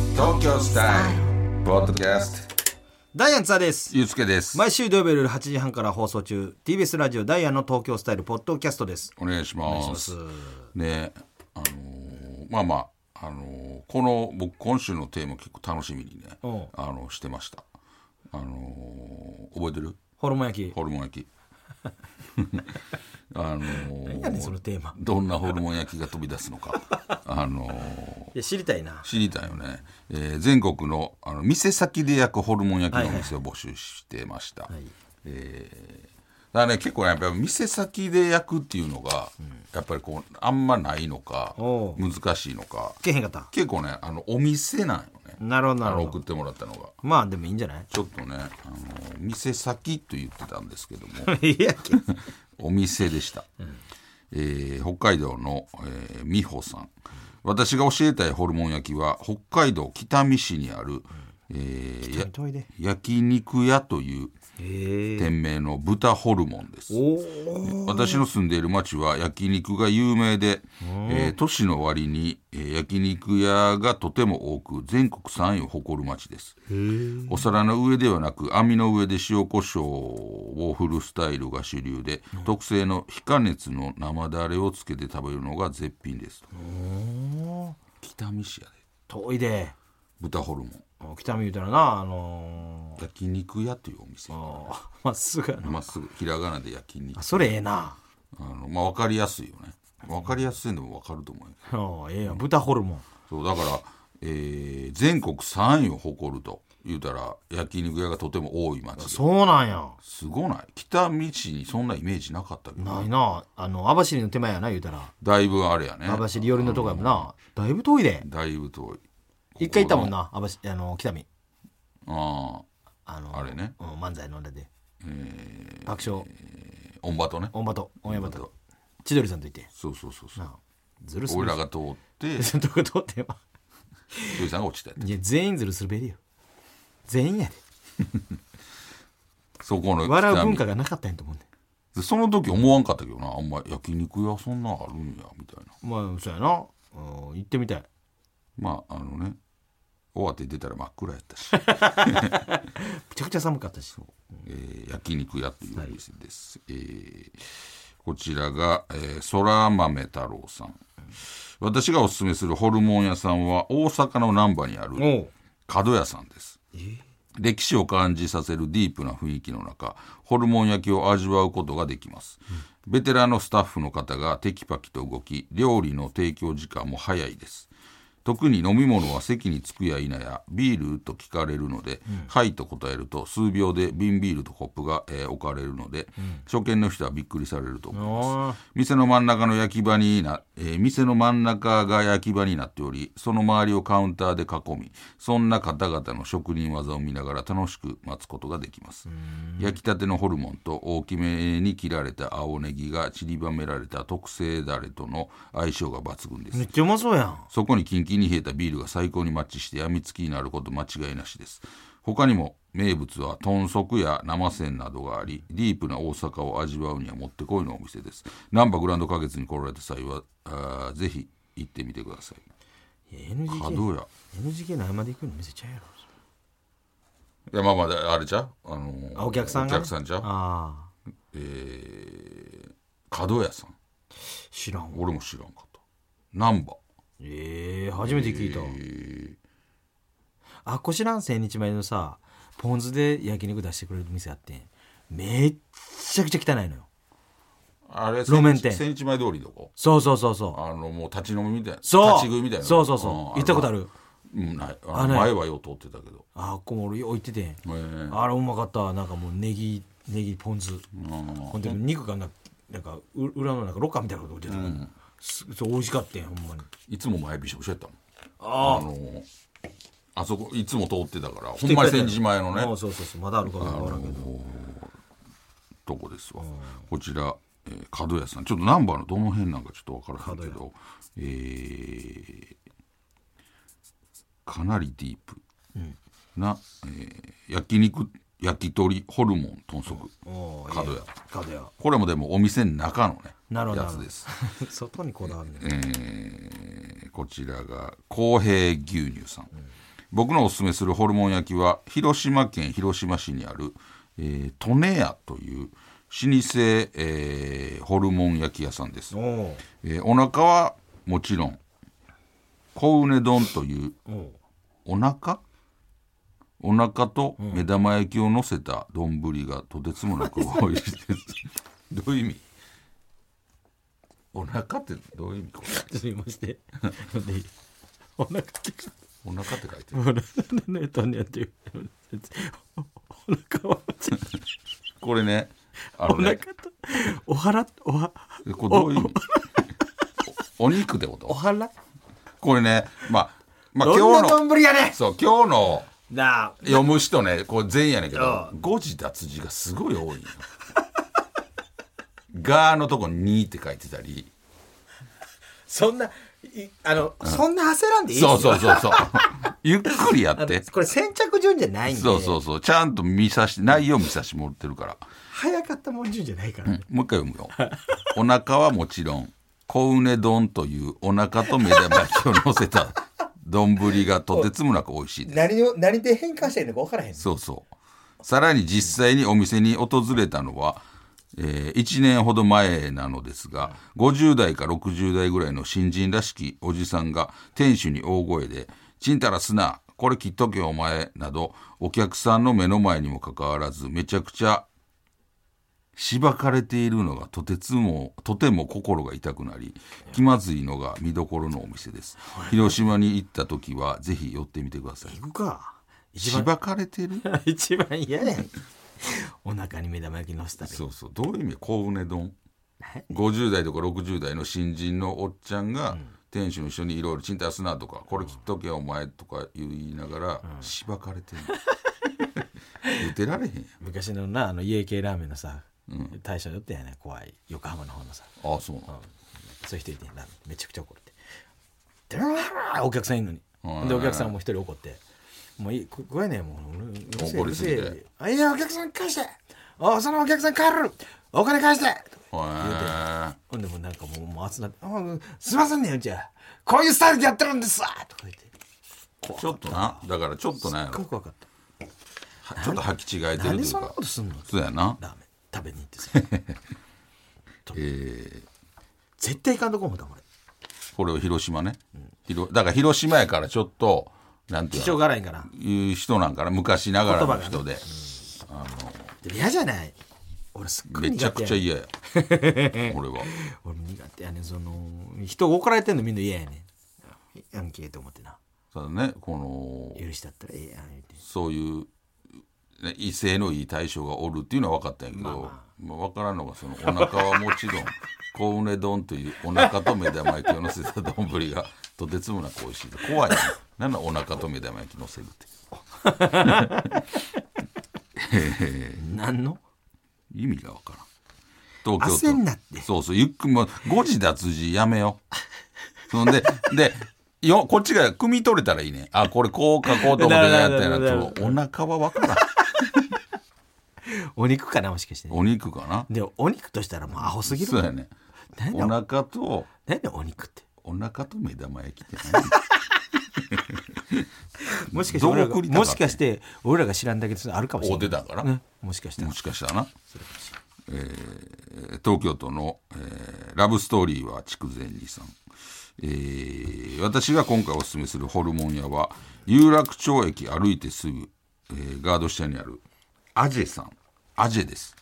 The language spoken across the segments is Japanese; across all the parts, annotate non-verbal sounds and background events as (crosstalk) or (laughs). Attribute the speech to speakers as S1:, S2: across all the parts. S1: スタイルポッドキャスト
S2: ダイアンツァです
S1: ゆうすけです
S2: 毎週土曜日夜8時半から放送中 TBS ラジオダイアンの東京スタイルポッドキャストです
S1: お願いしますねあのーまあまああのーこの僕今週のテーマ結構楽しみにねあ
S2: おう
S1: のしてましたあのー覚えてる
S2: ホルモン焼き
S1: ホルモン (laughs) 焼きあのー
S2: 何やねんそのテーマい
S1: どんなホルモン焼きが飛び出すのかあのー
S2: や知りたいな
S1: 知りたいよね、えー全国のあの店先で焼くホルモン焼きのお店を募集してました、
S2: い
S1: えーだからね結構ねやっぱ店先で焼くっていうのが、やっぱりこうあんまないのか
S2: おう
S1: 難しいのか
S2: けへんかった
S1: 結構ねあのお店なんよね
S2: なるほどな
S1: あ
S2: る
S1: の
S2: ほ
S1: 送っ
S2: ど
S1: てもらったのが
S2: まあでもいいんじゃない
S1: ちょっとねあの店先と言ってたんですけども
S2: いやけ
S1: お店でした、えー北海道の、えー美穂さん私が教えたいホルモン焼きは北海道北見市にある、えーや
S2: どいで
S1: 焼肉屋という
S2: へえ
S1: 店名の豚ホルモンです
S2: おお
S1: 私の住んでいる町は焼肉が有名で、えー都市の割に、えー焼肉屋がとても多く全国3位を誇る町ですお皿の上ではなく網の上で塩コショウを振るスタイルが主流で、特製の非加熱の生だれをつけて食べるのが絶品ですと北見市やで
S2: 遠いで
S1: 豚ホルモン
S2: 北見言うたらなあの
S1: 焼肉屋というお店
S2: ーあーまっすぐやな
S1: まっすぐひらがなで焼肉
S2: あそれええな
S1: あのまあ分かりやすいよね分かりやすいのも分かると思うよ
S2: ああええやん豚ホルモン
S1: そうだから、えー全国3位を誇ると言うたら焼肉屋がとても多い町で
S2: そうなんや
S1: すごない北道にそんなイメージなかったけど
S2: ないなあの網走の手前やな言うたら
S1: だいぶあれやね
S2: 網走寄りのとこやもんなだいぶ遠いで
S1: だいぶ遠い
S2: 一回行ったもんな網走あの北見
S1: あ
S2: あの
S1: ああれね
S2: うん、漫才飲んだで、爆笑
S1: あオンバトね
S2: オンバトオンエバ
S1: オンバ
S2: ト千鳥さんといて
S1: そうそうそうそう
S2: なあずるすべ
S1: 俺
S2: (laughs) り
S1: らが通って
S2: そのとこ通ってよ
S1: 土井さんが落ちたやつ
S2: いや全員ずるすべりよ全員やで
S1: そこの
S2: 笑う文
S1: 北
S2: 化がなかったんやと思うね
S1: 見その時思わんかったけどなあんま焼肉屋そんなんあるんやみたいな
S2: まあそうやな、うん、行ってみたい
S1: まああのね終わって出たら真っ暗やったし
S2: めちゃくちゃ寒かったし
S1: えー焼肉屋というお店です、えーこちらが、えー、空豆太郎さん私がおすすめするホルモン屋さんは大阪の難波にある
S2: おう
S1: 角屋さんです歴史を感じさせるディープな雰囲気の中ホルモン焼きを味わうことができます、ベテランのスタッフの方がテキパキと動き料理の提供時間も早いです特に飲み物は席に着くや否やビールと聞かれるので、はいと答えると数秒で瓶ビールとコップが、えー置かれるので、初見の人はびっくりされると思います
S2: あ
S1: 店の真ん中の焼き場にな、えー店の真ん中が焼き場になっておりその周りをカウンターで囲みそんな方々の職人技を見ながら楽しく待つことができます焼きたてのホルモンと大きめに切られた青ネギが散りばめられた特製だれとの相性が抜群です
S2: ーめっちゃうまそうやん
S1: そこにキンキンに冷えたビールが最高にマッチして病みつきになること間違いなしです。他にも名物は豚足や生鮮などがあり、ディープな大阪を味わうにはもってこいのお店です。難波グランド花月に来られた際は、あーぜひ行ってみてください。
S2: いや NGK
S1: 角屋。
S2: NGK の合間で行くの見せちゃうやろ
S1: いや、まあまあ、あれちゃうあのー
S2: あお客さんが、ね、
S1: お客さんちゃう
S2: ああ
S1: えー、角屋さん。
S2: 知らんわ
S1: 俺も知らんかった。難波。
S2: ええ初めて聞いた、
S1: え
S2: あっこ知らん千日前のさポン酢で焼肉出してくれる店あってんめっちゃくちゃ汚いのよ
S1: ー、あれ、
S2: 路面店
S1: 千日前通りどこ
S2: そうそうそうそう
S1: あの、もう立ち飲みみたいな。
S2: そう
S1: 立ち食いみたいな。
S2: そうそうそうん行ったことあ
S1: る
S2: る
S1: うん、ない。
S2: あ
S1: あの
S2: ない
S1: 前はよう通ってたけど。
S2: あっこも俺よう行っててん
S1: えー
S2: あれうまかったなんかもうネギネギポン酢
S1: うん
S2: ほんで肉がなんかなんかう裏のなんかロッカーみたいなこと置いてたの、すそう美味しかったんほんまに
S1: いつも前びしょびしょやったもん。
S2: あ
S1: あのーあそこいつも通ってたから、ほんまに千日前のね、
S2: あそうそうそうまだあるかどうかわからんけど
S1: とこですわ。こちら、えー、角屋さん。ちょっとナンバーのどの辺なんかちょっとわからないけど、えーかなりディープな、えー焼肉、焼き鳥、ホルモン、豚足。
S2: おー
S1: 角
S2: え
S1: 屋
S2: え角屋
S1: これもでもお店の中のね、
S2: なるほど
S1: や
S2: なる
S1: つ
S2: ほど
S1: です。
S2: 外にこだわるね
S1: えーこちらが公平牛乳さん、僕のおすすめするホルモン焼きは広島県広島市にある、えー、トネ屋という老舗、えーホルモン焼き屋さんです
S2: お、お
S1: えーお腹はもちろん小畝丼という
S2: お
S1: お腹お腹と目玉焼きを乗せた丼がとてつもなく美味しいです。どういう意味お腹ってどういう意味これ
S2: すみません読んでいいお腹って
S1: お腹って書いて
S2: お
S1: る。
S2: 腹のとんやってるお腹は
S1: これね、あ
S2: お
S1: の
S2: 腹
S1: ね
S2: と、お腹おは
S1: えこれどういう意味 (laughs) おお肉ってこ
S2: お
S1: と
S2: 腹
S1: これね、まあ、まあ
S2: ど
S1: 今
S2: んな
S1: 日の、
S2: 丼やね
S1: そう、今日の
S2: んなあ
S1: 読む人ね、これ全員やねんけど
S2: う、
S1: 誤字脱字がすごい多いんよ。がのとこに2って書いてたり。
S2: そんないあの、そんな焦らんでいいっす
S1: そ
S2: よ
S1: うそうそう
S2: (laughs)
S1: そう。ゆっくりや
S2: あ
S1: っ
S2: の
S1: て。
S2: これ先着順じゃないんで
S1: そうそうそう。ちゃんと見さし、内容見さしてもらってるから。
S2: 早かったもん順じゃないから、ね
S1: もう一回読むよ。お腹はもちろん、小畝丼というお腹と目玉焼きを乗せた丼がとてつもなく美味しいです。
S2: 何を何で変換していいのか分からへん
S1: そうそう。さらに実際にお店に訪れたのは、え1年ほど前なのですが、50代か60代ぐらいの新人らしきおじさんが店主に大声で、ちんたらすな、これ切っとけよお前、など、お客さんの目の前にもかかわらず、めちゃくちゃしばかれているのがとてつもとても心が痛くなり気まずいのが見どころのお店です広島に行った時はぜひ寄ってみてください
S2: 行くか一
S1: し
S2: 番
S1: ばかれてる
S2: (laughs) 一番嫌やんお腹に目玉焼きのせたり
S1: そうそうどういう意味小畝丼50代とか60代の新人のおっちゃんが、店主の人にいろいろ「ちんたすな」とか「これ切っとけよお前」とか言いながら、しばかれてる (laughs) 言ってられへんやん
S2: 昔のなあの家系ラーメンのさ、大将だったやね怖い横浜の方のさ、
S1: ああそうなの
S2: そういう人いてんなめちゃくちゃ怒ってでうわーお客さんいるのに、
S1: はい
S2: でお客さんも一人怒って「もういいこ怖いねんもううるせえ
S1: 怒り
S2: うる
S1: す
S2: せ
S1: ぎて
S2: えあいやお客さん返しておそのお客さん帰るお金返して」
S1: へえ
S2: ほんでもうなんかもうもう熱なってあ「すいませんねうちはこういうスタイルでやってるんですわ」とか言って
S1: ちょっとなだからちょっとね
S2: すっごい怖かった
S1: はちょっと履き違えてる
S2: なん
S1: と
S2: で
S1: いう
S2: そんな
S1: か
S2: ことすんの
S1: そうやな
S2: ラーメン食べに行ってさ (laughs)
S1: え
S2: 絶対行かんとこ思ったもん俺
S1: ーこれを広島ね、広だから広島やからちょっとなんてい
S2: 気
S1: うの
S2: 性がいんかな
S1: いう人なんかな昔ながら
S2: 言葉
S1: の
S2: がね
S1: 人で、
S2: でも嫌じゃない俺すっごい苦手
S1: めちゃくちゃ
S2: い
S1: 嫌や俺は
S2: 俺も苦手やねんその人が怒られてんのみんな嫌やねんやんけえと思ってな
S1: ただねこの
S2: 許したったらええやん言うて
S1: そういう、ね、威勢のいい対象がおるっていうのは分かったんやけど、ま分からんのがそのお腹はもち (laughs) ろん小畝丼というお腹と目玉焼きをのせた丼がとてつもなく美味しい怖いねなんなんお腹と目玉焼きのせるって
S2: 何の
S1: 意味がわからん東京
S2: 焦
S1: 都
S2: んなって
S1: そうそうゆっくりもう誤字脱字やめようそんで (laughs) でよこっちが汲み取れたらいいねあこれこう書こうと思ってやった
S2: なるほどなる
S1: や
S2: ほ
S1: つお腹はわからん
S2: お肉かなもしかして、ね、
S1: お肉かな
S2: でお肉としたらもうアホすぎる
S1: そうやね
S2: 何
S1: お
S2: だ
S1: 腹と
S2: 何だお肉って
S1: お腹と目玉焼きって何
S2: もしかして俺ら
S1: ど
S2: が
S1: う送りたか
S2: も
S1: った
S2: しかして俺らが知らんだけであるかもしれ
S1: お
S2: ない
S1: 出たから、
S2: ねもしかしたら
S1: もしかしたらな、えー東京都の、えーラブストーリーは筑前煮さん、えー私が今回おすすめするホルモン屋は有楽町駅歩いてすぐ、えーガード下にあるアジェさんアジェです、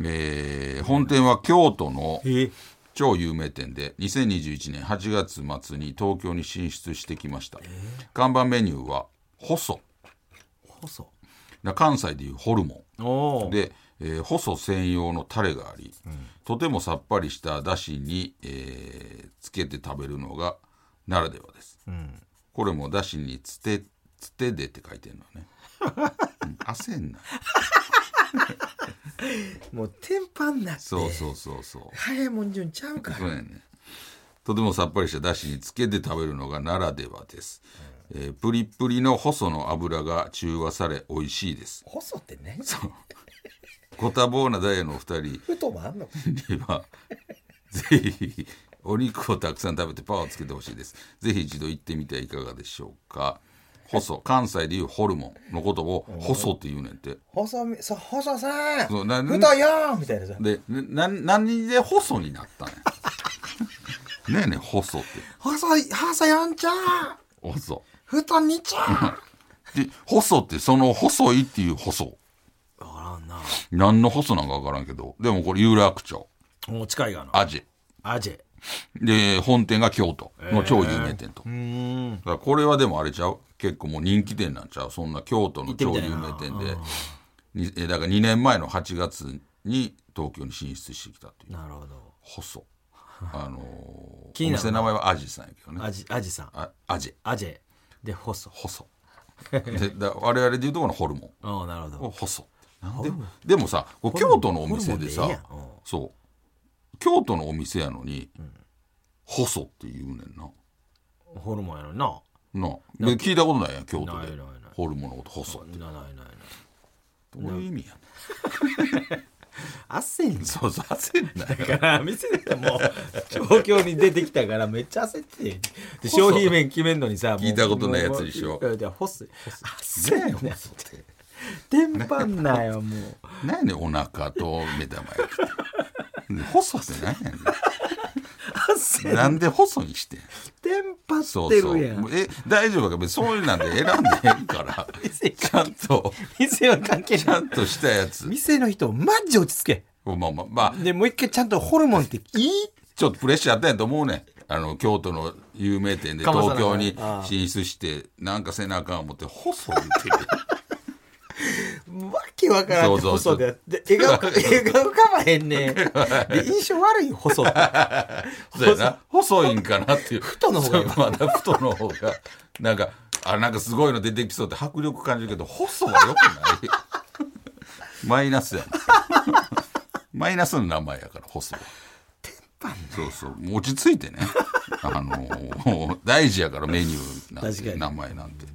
S1: えー本店は京都の
S2: えー
S1: 超有名店で2021年8月末に東京に進出してきました、看板メニューは細
S2: 細
S1: な関西でいうホルモン
S2: おー
S1: で、えー細専用のタレがあり、とてもさっぱりしただしに、えーつけて食べるのがならではです、これもだしにつてつてでって書いてるのね、うん焦んな
S2: もうテンパんなって
S1: そうそうそうそう
S2: 早いもん順ちゃうから
S1: そうやねとてもさっぱりしただしにつけて食べるのがならではです、えープリプリの細の油が中和され美味しいです
S2: 細ってね
S1: ご多忙なダイエのお二人
S2: 太もあんの
S1: では、ぜひ、お肉をたくさん食べてパワーをつけてほしいです。ぜひ一度行ってみてはいかがでしょうか。細関西でいうホルモンのことを細って言うねんって
S2: 細みそ細さん
S1: そうな
S2: 太いよーみたいなさ
S1: でな何で細になったね (laughs) んねえねえ細って
S2: 細い細やんちゃん
S1: 細
S2: 太にちゃ
S1: で細ってその細いっていう細
S2: んわからんな
S1: 何の細なんか分からんけどでもこれ有楽町
S2: もう近いがな
S1: アジ
S2: アジェ
S1: で本店が京都の超有名店と、
S2: うーん
S1: だからこれはでもあれちゃう結構もう人気店なんちゃうそんな京都の超有名店でにえだから2年前の8月に東京に進出してきたという
S2: なるほど
S1: 細あの
S2: (laughs) 気
S1: ー、お
S2: になる
S1: 店
S2: な
S1: の名前はアジさんやけどね
S2: アジアジさん
S1: あアジ
S2: アジェで細
S1: 細でだ我々でいうとこのホルモン
S2: おうなるほど
S1: を細なんででもさこう京都のお店で
S2: ホ
S1: さ
S2: ルモンホルモンでええやんうん
S1: そう京都のお店やのに、細って言うねんな
S2: ホルモンやろな
S1: なあで聞いたことないやん京都
S2: ない
S1: で
S2: ないない
S1: ホルモンのこと細って
S2: なないないない
S1: どういう意味やね
S2: 焦ん
S1: んそうそう焦んない
S2: だから店でもう (laughs) 状況に出てきたからめっちゃ焦ってで商品名決めんのにさもう
S1: 聞いたことないやつでしょ
S2: もういや干す
S1: ねえ
S2: 焦んな
S1: 細って
S2: (laughs) テンパんなよもう
S1: 何やねんお腹と目玉焼きってね細って何やね
S2: 焦
S1: んなんで細にしてん
S2: テンパっ
S1: そう
S2: て
S1: そう
S2: るやん
S1: え大丈夫か別にそういうなんで選んでへんから
S2: 店
S1: ちゃんと
S2: 店は関係
S1: ちゃ
S2: ない
S1: んとしたやつ
S2: 店の人マジ落ち着け
S1: まあまあまあ
S2: でもう一回ちゃんとホルモンっていい
S1: ちょっとプレッシャーあったんやと思うねんあの京都の有名店で
S2: かまさな
S1: 東京に
S2: ああ
S1: 進出してなんかせなあかん思って細言ってる
S2: わけわからんって
S1: そうそ
S2: 細
S1: うそう
S2: でで笑顔か笑顔浮かばへんねんで印象悪い細って (laughs)
S1: そうやな細いんかなっていう
S2: 太の方がいいわ
S1: そうまだ太の方がなんかあなんかすごいの出てきそうって迫力感じるけど細はよくないマイナスやもんマイナスの名前やから細は
S2: パン
S1: そうそうもう落ち着いてねあのー大事やからメニューなん
S2: 確か
S1: て
S2: に
S1: 名前なんて、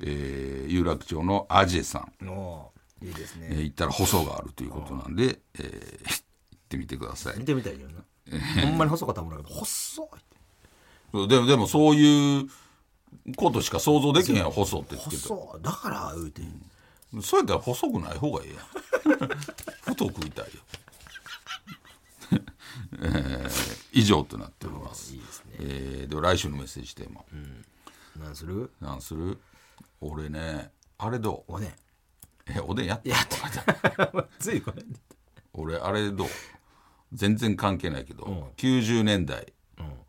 S1: えー有楽町のアジェさん
S2: のいいです
S1: え
S2: ね
S1: ー行ったら細があるということなんで、えー行ってみてください
S2: 見てみたいよなほんまに細かったもんだけど細い
S1: そうでもでもそういうことしか想像できへんやん細ってつけてそ
S2: 細いだから言うて
S1: うやったら細くない方がええやん (laughs) 太くいたいよ、 (laughs) えー以上となっております
S2: いいですね
S1: えーでは来週のメッセージテーマ、
S2: 何する
S1: なんする俺ねあれどう
S2: おでん
S1: えおでんやった
S2: やってた (laughs) ついこれ
S1: 俺あれどう全然関係ないけど、90年代、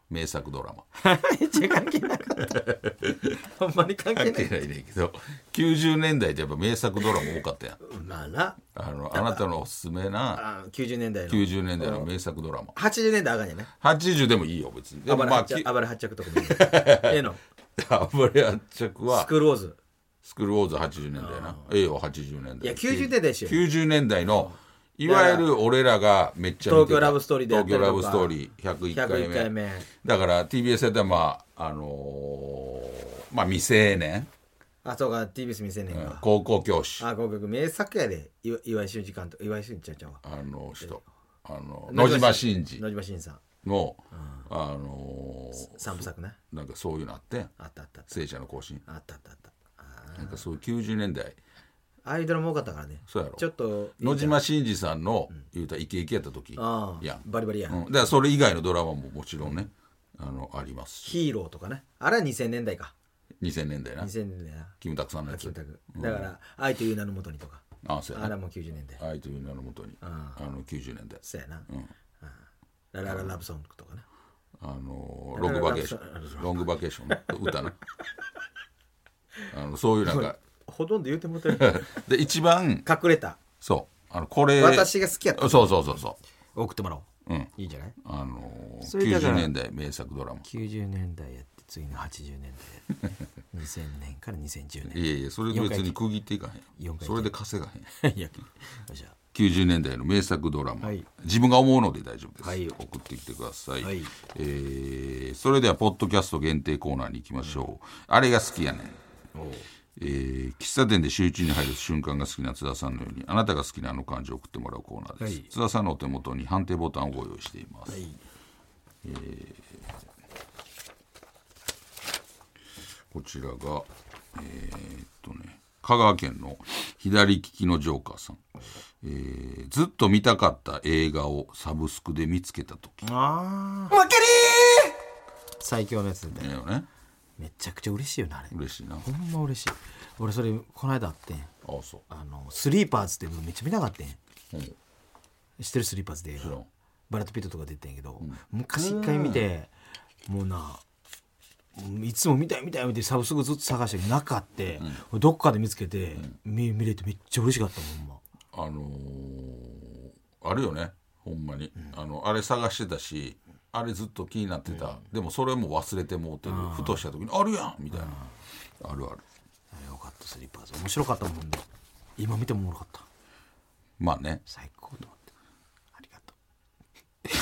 S1: 名作ドラマ
S2: めっちゃ関係なか (laughs) ったほんまに関係
S1: 関
S2: ない
S1: 係ないねんけど90年代ってやっぱ名作ドラマ多かったやん
S2: まあな
S1: あのあなたのおすすめな
S2: あ90年代の
S1: 90年代の名作ドラマ
S2: 80年代あかんやね
S1: 80でもいいよ別にで
S2: 暴
S1: も
S2: れ
S1: まあ
S2: 八
S1: き
S2: 着暴れ八着とかもい
S1: (laughs)
S2: いねええの
S1: 暴れ圧着
S2: ス
S1: は
S2: クローズ
S1: スクロールウォーズ80年代な A は80年代
S2: いや90年代でしょ
S1: 90年代のいわゆる俺らがめっちゃ見てた
S2: 東京ラブストーリーであった
S1: 東
S2: り
S1: 京
S2: とか
S1: ラブストーリー101回
S2: 101
S1: 目
S2: 回目
S1: だから TBS ではまああのーまあ未成年
S2: あそうか TBS 未成年が
S1: 高校教師あ
S2: あ合格名作やでい岩井俊二監督岩井俊二ちゃんちゃうわ
S1: の人あの野島真二
S2: 野島真二さん
S1: の、あのー
S2: 三部作ね
S1: なんかそういうのあってん
S2: あったあったあった
S1: 聖者の行進
S2: あったあったあったあ
S1: なんかそういう90年代
S2: ーアイドルも多かったからね
S1: そうやろ
S2: ちょっと
S1: 野島真二さんの言うたらイケイケやった時
S2: ああ
S1: やん
S2: バリバリやん、
S1: うん、だからそれ以外のドラマももちろんねあのありますし
S2: ヒーローとかねあれは2000年代か
S1: 2000年代な
S2: 2000年代な
S1: キムタクさんのや
S2: キ
S1: つ
S2: ムタクだから「愛という名のもとに」とか
S1: あそう
S2: あ
S1: や
S2: れ
S1: な
S2: はもう90年代
S1: 愛という名のもとにあ
S2: あ
S1: の90年代
S2: そうやなあーララララブソングとかね
S1: あのロングバケーショ
S2: ラブソン
S1: ンロングバケーションね歌
S2: (laughs)
S1: なあのそういうなんか (laughs)
S2: ほとんど言うてもうて (laughs) る
S1: で一番
S2: 隠れた
S1: そうあのこれ
S2: 私が好きやった
S1: そうそうそうそう
S2: 送ってもらおう
S1: うん
S2: いいんじゃない
S1: あの
S2: それだから
S1: 90年代名作ドラマ
S2: 90年代やって次の80年代や (laughs) って2000年から2010年
S1: いやいやそれ別に区切っていかへ
S2: 四
S1: ん
S2: 回
S1: それで稼がへん
S2: (laughs) いやじゃ
S1: 90年代の名作ドラマ、
S2: はい
S1: 自分が思うので大丈夫です、
S2: はい
S1: 送ってきてください、
S2: はい
S1: えーそれではポッドキャスト限定コーナーに行きましょう、あれが好きやねんえー喫茶店で集中に入る瞬間が好きな津田さんのようにあなたが好きなあの漢字を送ってもらうコーナーです、
S2: はい
S1: 津田さんのお手元に判定ボタンをご用意しています、
S2: い
S1: こちらがえっとね香川県の左利きのジョーカーさん、えーずっと見たかった映画をサブスクで見つけた時
S2: あ
S3: 負けり
S2: ー最強のやつで
S1: だよね
S2: めちゃくちゃ嬉しいよなあれ
S1: 嬉しいなあ
S2: ほんま嬉しい俺それこの間あってん
S1: そう
S2: あのスリーパーズっていうのめっちゃ見たかったん
S1: うん
S2: 知ってるスリーパーズで
S1: 知らん
S2: バラッド・ピットとか出てんやけど、昔一回見てもうなもういつも見たい見たい見てサブスクずっと探してなかって、どっかで見つけて、見見れてめっちゃ嬉しかったもんほん
S1: あのーあるよねほんまに、あのあれ探してたしあれずっと気になってた、でもそれも忘れてもうてる、ふとした時に「あるやん!」みたいな、あるある
S2: まあよかったスリーパーズ面白かったもんね今見てもおもろかった
S1: まあね
S2: 最高と思ってありがとう
S1: (laughs)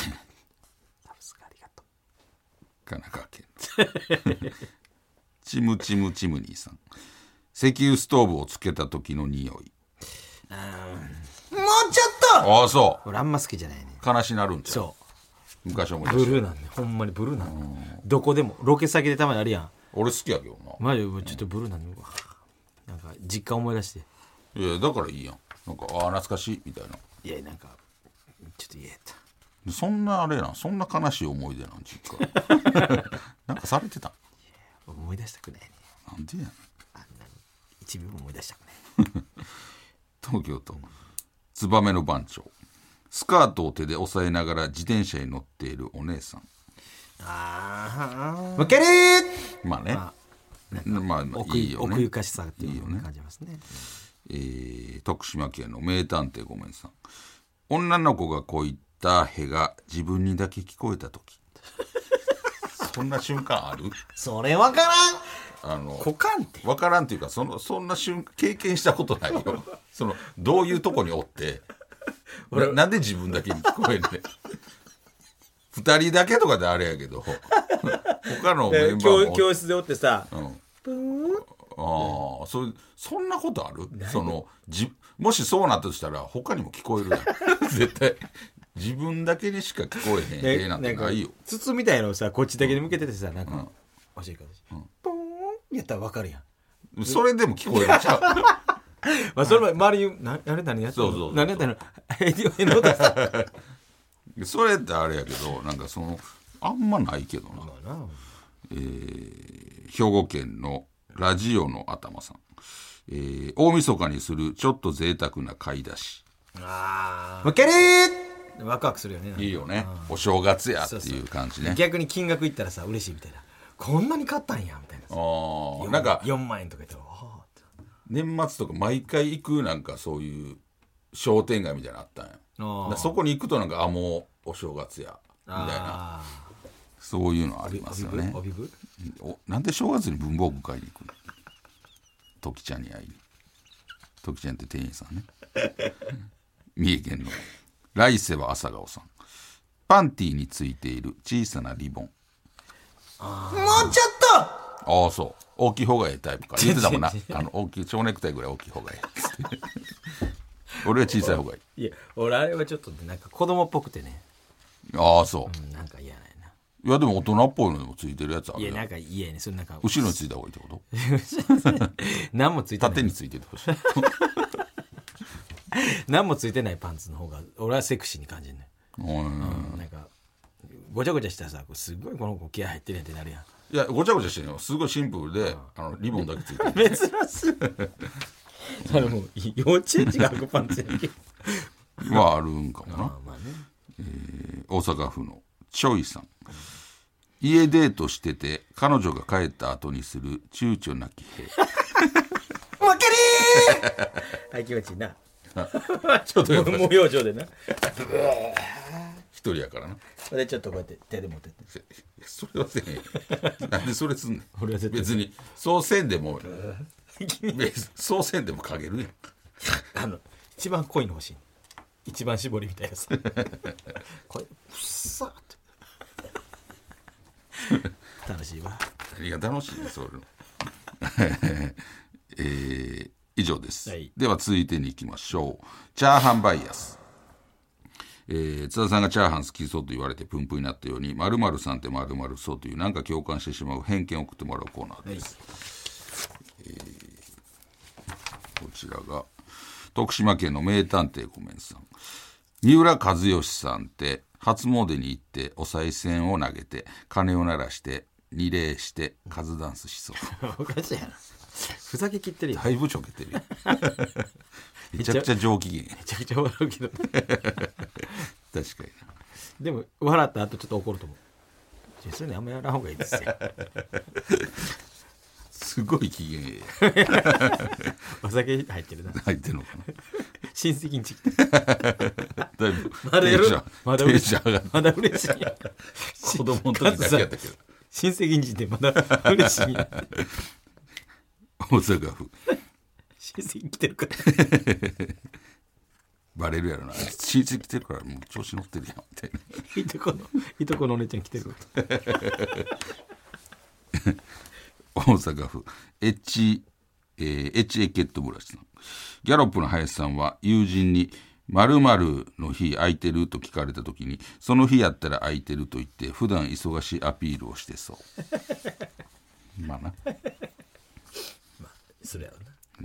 S2: サブスクありがとう
S1: 神奈川県チムチムチムニーさん石油ストーブをつけた時の匂い
S3: もうちょっと
S1: ああそ
S2: 俺あんま好きじゃないね
S1: う悲しなるんちゃう
S2: そう
S1: 昔思い出
S2: ブ
S1: した
S2: ルーなんでほんまにブルーなんでどこでもロケ先でたまにあるやん
S1: 俺好きやけどな、
S2: マジでちょっとブルーなんでうわなんか実家思い出して
S1: いやだからいいやんなんかああ懐かしいみたいない
S2: やなんかちょっと言えた
S1: でそんなあれなんそんな悲しい思い出なん実家なんかされてた
S2: 思い出したくないね
S1: なんでやねん
S2: あんなに一秒も思い出したくない
S1: 東京都ツバメの番長スカートを手で押さえながら自転車に乗っているお姉さん
S2: あ
S3: 負けり
S1: まあね
S2: ま
S1: まあ、まあ
S2: 奥
S1: いい
S2: ゆ
S1: よ
S2: 奥
S1: ね
S2: ゆかしさっていうのを感じますね
S1: えー徳島県の名探偵ごめんさん女の子がこういったへが自分にだけ聞こえた時そんな瞬間ある
S3: それわからん
S1: あの
S2: 股間って
S1: 分からんっていうかそのそんな瞬間経験したことないよ
S2: (laughs)
S1: そのどういうとこにおってななんで自分だけに聞こ
S2: (laughs)
S1: えんねん二人だけとかであれやけど他のメンバーもおっ
S2: 室でおってさ
S1: うんああそれそんなことあるそのじもしそうなったとしたら他にも聞こ
S2: (laughs)
S1: えるやん絶対自分だけにしか聞こえへんええなんてないよ
S2: 筒みたいのをさこっちだけに向けててさなんかおしいかしポーンやったらわかるやん
S1: それでも聞こえるちゃう
S2: まあそれは周りになあれ何やってん
S1: そうそうそ
S2: の
S1: う
S2: 何やってんのヘディオヘの音した
S1: (laughs) それってあれやけどなんかそのあんまないけどな、えー兵庫県のラジオの頭さん、えー大晦日にするちょっと贅沢な買い出し
S2: あ
S3: 負けり
S2: ーワクワクするよねなんか
S1: いいよねお正月やっていう感じね
S2: 逆に金額いったらさ嬉しいみたいなこんなに買ったんやみたいな
S1: あ
S2: さ
S1: あなんか
S2: 4万円とか言ったらあーって
S1: 年末とか毎回行くなんかそういう商店街みたいなのあったんや
S2: あー
S1: だからそこに行くとなんかあもうお正月やみたいな
S2: あ
S1: そういうのあり
S2: ー
S1: ますよね
S2: おびぶ
S1: おなんで正月に文房具買いに行くの時ちゃんに会いに時ちゃんって店員さんね三重県の来世は朝顔さんパンティーについている小さなリボン
S3: もうちょっ
S1: ああそう大きい方がええタイプか言ってたもんな
S2: (laughs) 全
S1: あの大きい蝶ネクタイぐらい大きい方がええっつって俺は小さい方がいい
S2: いや俺あれはちょっとなんか子供っぽくてね
S1: ああそう、
S2: うんなんか嫌なんやない
S1: やでも大人っぽいのでもついてるやつある
S2: いや
S1: よ
S2: なんか嫌やねそれなんか
S1: 後ろについた方がいいって
S2: (laughs)
S1: こと
S2: 何もついてな
S1: 縦
S2: い
S1: についてるって
S2: (laughs)
S1: こと
S2: 何もついてないパンツの方が俺はセクシーに感じるね
S1: うん
S2: なんかごちゃごちゃしたらさすごいこの子気合入ってるやんってなるやん
S1: いやごちゃごちゃしてるよすごいシンプルであのリボンだけついてる (laughs)
S2: 珍しい (laughs) あれもう幼稚園児が履くパンツやんけ
S1: はあるんかもな
S2: (laughs) まあまあね
S1: 大阪府のチョイさん家デートしてて彼女が帰った後にする躊躇なき兵
S3: と負けり
S2: (laughs) はい、気持ちいいな。 (laughs) ちょっと無表情でな。
S1: 一人やからな
S2: それでちょっとこうやって手で持ってって。
S1: いやそれはせえへんなんでそれすんねん
S2: (laughs) 俺は絶対
S1: 別にそうせんで
S2: (laughs)
S1: も別にそうせんでもかげるやん
S2: あの、一番濃いの欲しい。一番絞りみたい (laughs) なさ。これ、ふっさーって。楽しいわ。
S1: 何が楽しいねそういうの (laughs) えー以上です、
S2: はい
S1: では続いてに行きましょうチャーハンバイアス、えー津田さんがチャーハン好きそうと言われてプンプンになったように〇〇さんって〇〇そうというなんか共感してしまう偏見を送ってもらうコーナーです、こちらが徳島県の名探偵コメンさん三浦知良さんって初詣に行ってお賽銭を投げて鐘を鳴らして二礼してカズダンスしそう
S2: おかしいやろふざけきってるよ
S1: だいぶちょけ (laughs) てるやんめちゃくちゃ上機嫌や
S2: めちゃくちゃ笑うけど
S1: 確かにな
S2: でも笑った後ちょっと怒ると思ういやそういうのあんまやらんほうがいいですよ
S1: すごい機嫌ええや
S2: お酒入ってるなん
S1: 入ってんのかな
S2: 親戚にちき
S1: だいぶテンシ
S2: まだやる
S1: ョン
S2: ま
S1: テン
S2: だ嬉し
S1: シ
S2: い
S1: ョン上がって
S2: まだ嬉しい
S1: (laughs) 子供の時だけやったけど
S2: (laughs) 親戚にちってまだ嬉しい親
S1: 大阪府
S2: 戚来てるから
S1: バレるやろな親戚来てるからもう調子乗ってるやんみたいない
S2: とこ
S1: (laughs)
S2: のいとこのお姉ちゃん来てるから
S1: 大阪府エッチ、えー、エッチエケットブラシさんギャロップの林さんは友人に「〇〇の日空いてる?」と聞かれた時に「その日やったら空いてる」と言って普段忙しいアピールをしてそう (laughs) まあな
S2: それやろ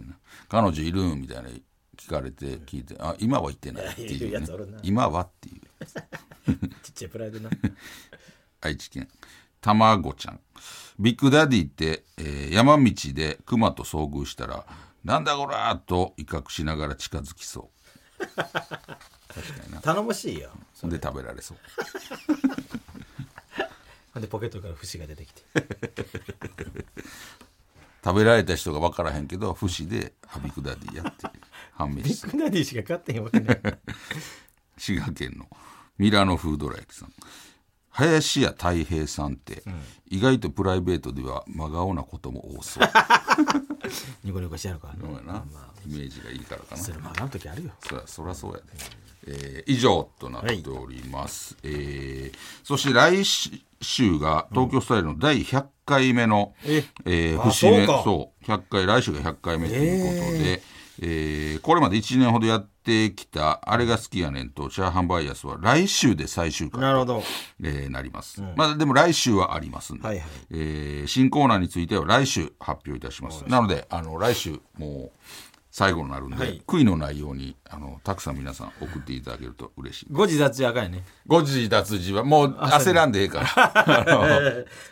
S2: な
S1: 彼女いるみたいな聞かれて聞いて「あ今は行ってない」っていう、
S2: いやいるやつおる
S1: ね
S2: な、
S1: 今はっていう
S2: ちっちゃいプライ (laughs) ドな
S1: 愛知県たまごちゃんビッグダディって、えー山道で熊と遭遇したら「なんだこら!」と威嚇しながら近づきそ
S2: 頼もしいよ
S1: うで食べられそう
S2: ほんでポケットから節が出てきて
S1: 食べられた人が分からへんけど不死でハビッグダディや (laughs) って判明
S2: ビ
S1: した
S2: ッグダディしか勝ってへんわけない
S1: 滋賀県のミラノフードラ焼きさん林家たい平さんって、意外とプライベートでは真顔なことも多そう
S2: (laughs) ニコニコしてやるから
S1: そうや (laughs)
S2: な
S1: なイメージがいいからかな
S2: それ曲がる時あるよ
S1: そらそらそうやで、えー以上となっております、えーそして来週が東京スタイルの第100回目の、
S2: え
S1: えー
S2: あ
S1: 節目
S2: そうか
S1: そう100回来週が100回目ということで、えーこれまで1年ほどやってきた「あれが好きやねん」と「チャーハンバイアス」は来週で最終回
S2: なるほど
S1: えーなります、まあでも来週はありますんで、
S2: はいはい
S1: えー新コーナーについては来週発表いたしますなのであの来週もう最後になるんで、
S2: はい
S1: 悔いのないようにあのたくさん皆さん送っていただけると嬉しい
S2: 誤字脱字赤いね
S1: 誤字脱字はもう焦らんでええ
S2: (laughs)
S1: からあ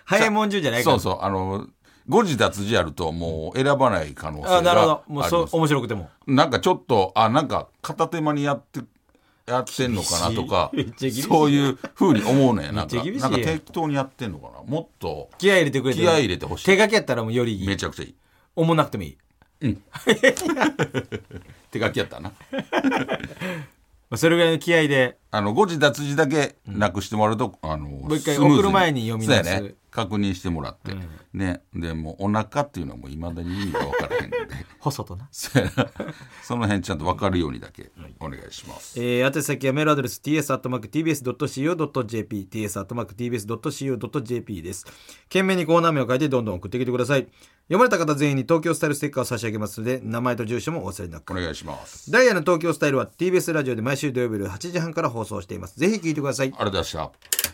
S2: 早いもんじゅうじゃな
S1: の
S2: いか
S1: そう
S2: ら
S1: そうあの誤字脱字やるともう選ばない可能性があ
S2: あ
S1: り
S2: なるほども
S1: ま
S2: う
S1: す
S2: そう面白くても
S1: なんかちょっとあなんか片手間にやってやってんのかなとか
S2: 厳しいめっ (laughs) ちゃ厳しい
S1: そういうふうに思うねなんか
S2: めっちゃ厳しい
S1: なんか適当にやってんのかなもっと
S2: 気合い入れてくれて
S1: 気合い入れてほしい
S2: 手書きやったらもうよりいい
S1: めちゃくちゃいい
S2: 思わなくてもいい、
S1: 手書きやったな
S2: まあ、それぐらいの気合いで
S1: あの誤字脱字だけなくしてもらうと、あのも
S2: う一回送る前に読み直す
S1: ね確認してもらって、ねでもうお腹っていうのはもういまだに意味が分から
S2: (laughs)
S1: へんので
S2: 細とな
S1: そうやなその辺ちゃんと分かるようにだけお願いします、
S2: えー、宛先はメールアドレス ts.tbs.co.jp ts.tbs.co.jp です。懸命にコーナー名を書いてどんどん送ってきてください。読まれた方全員に東京スタイルステッカーを差し上げますので、名前と住所もお忘れな
S1: お
S2: く。
S1: 願いします
S2: ダイヤの東京スタイルは TBS ラジオで毎週土曜日夜8時半から放送しています。ぜひ聞いてください。
S1: ありがとうございました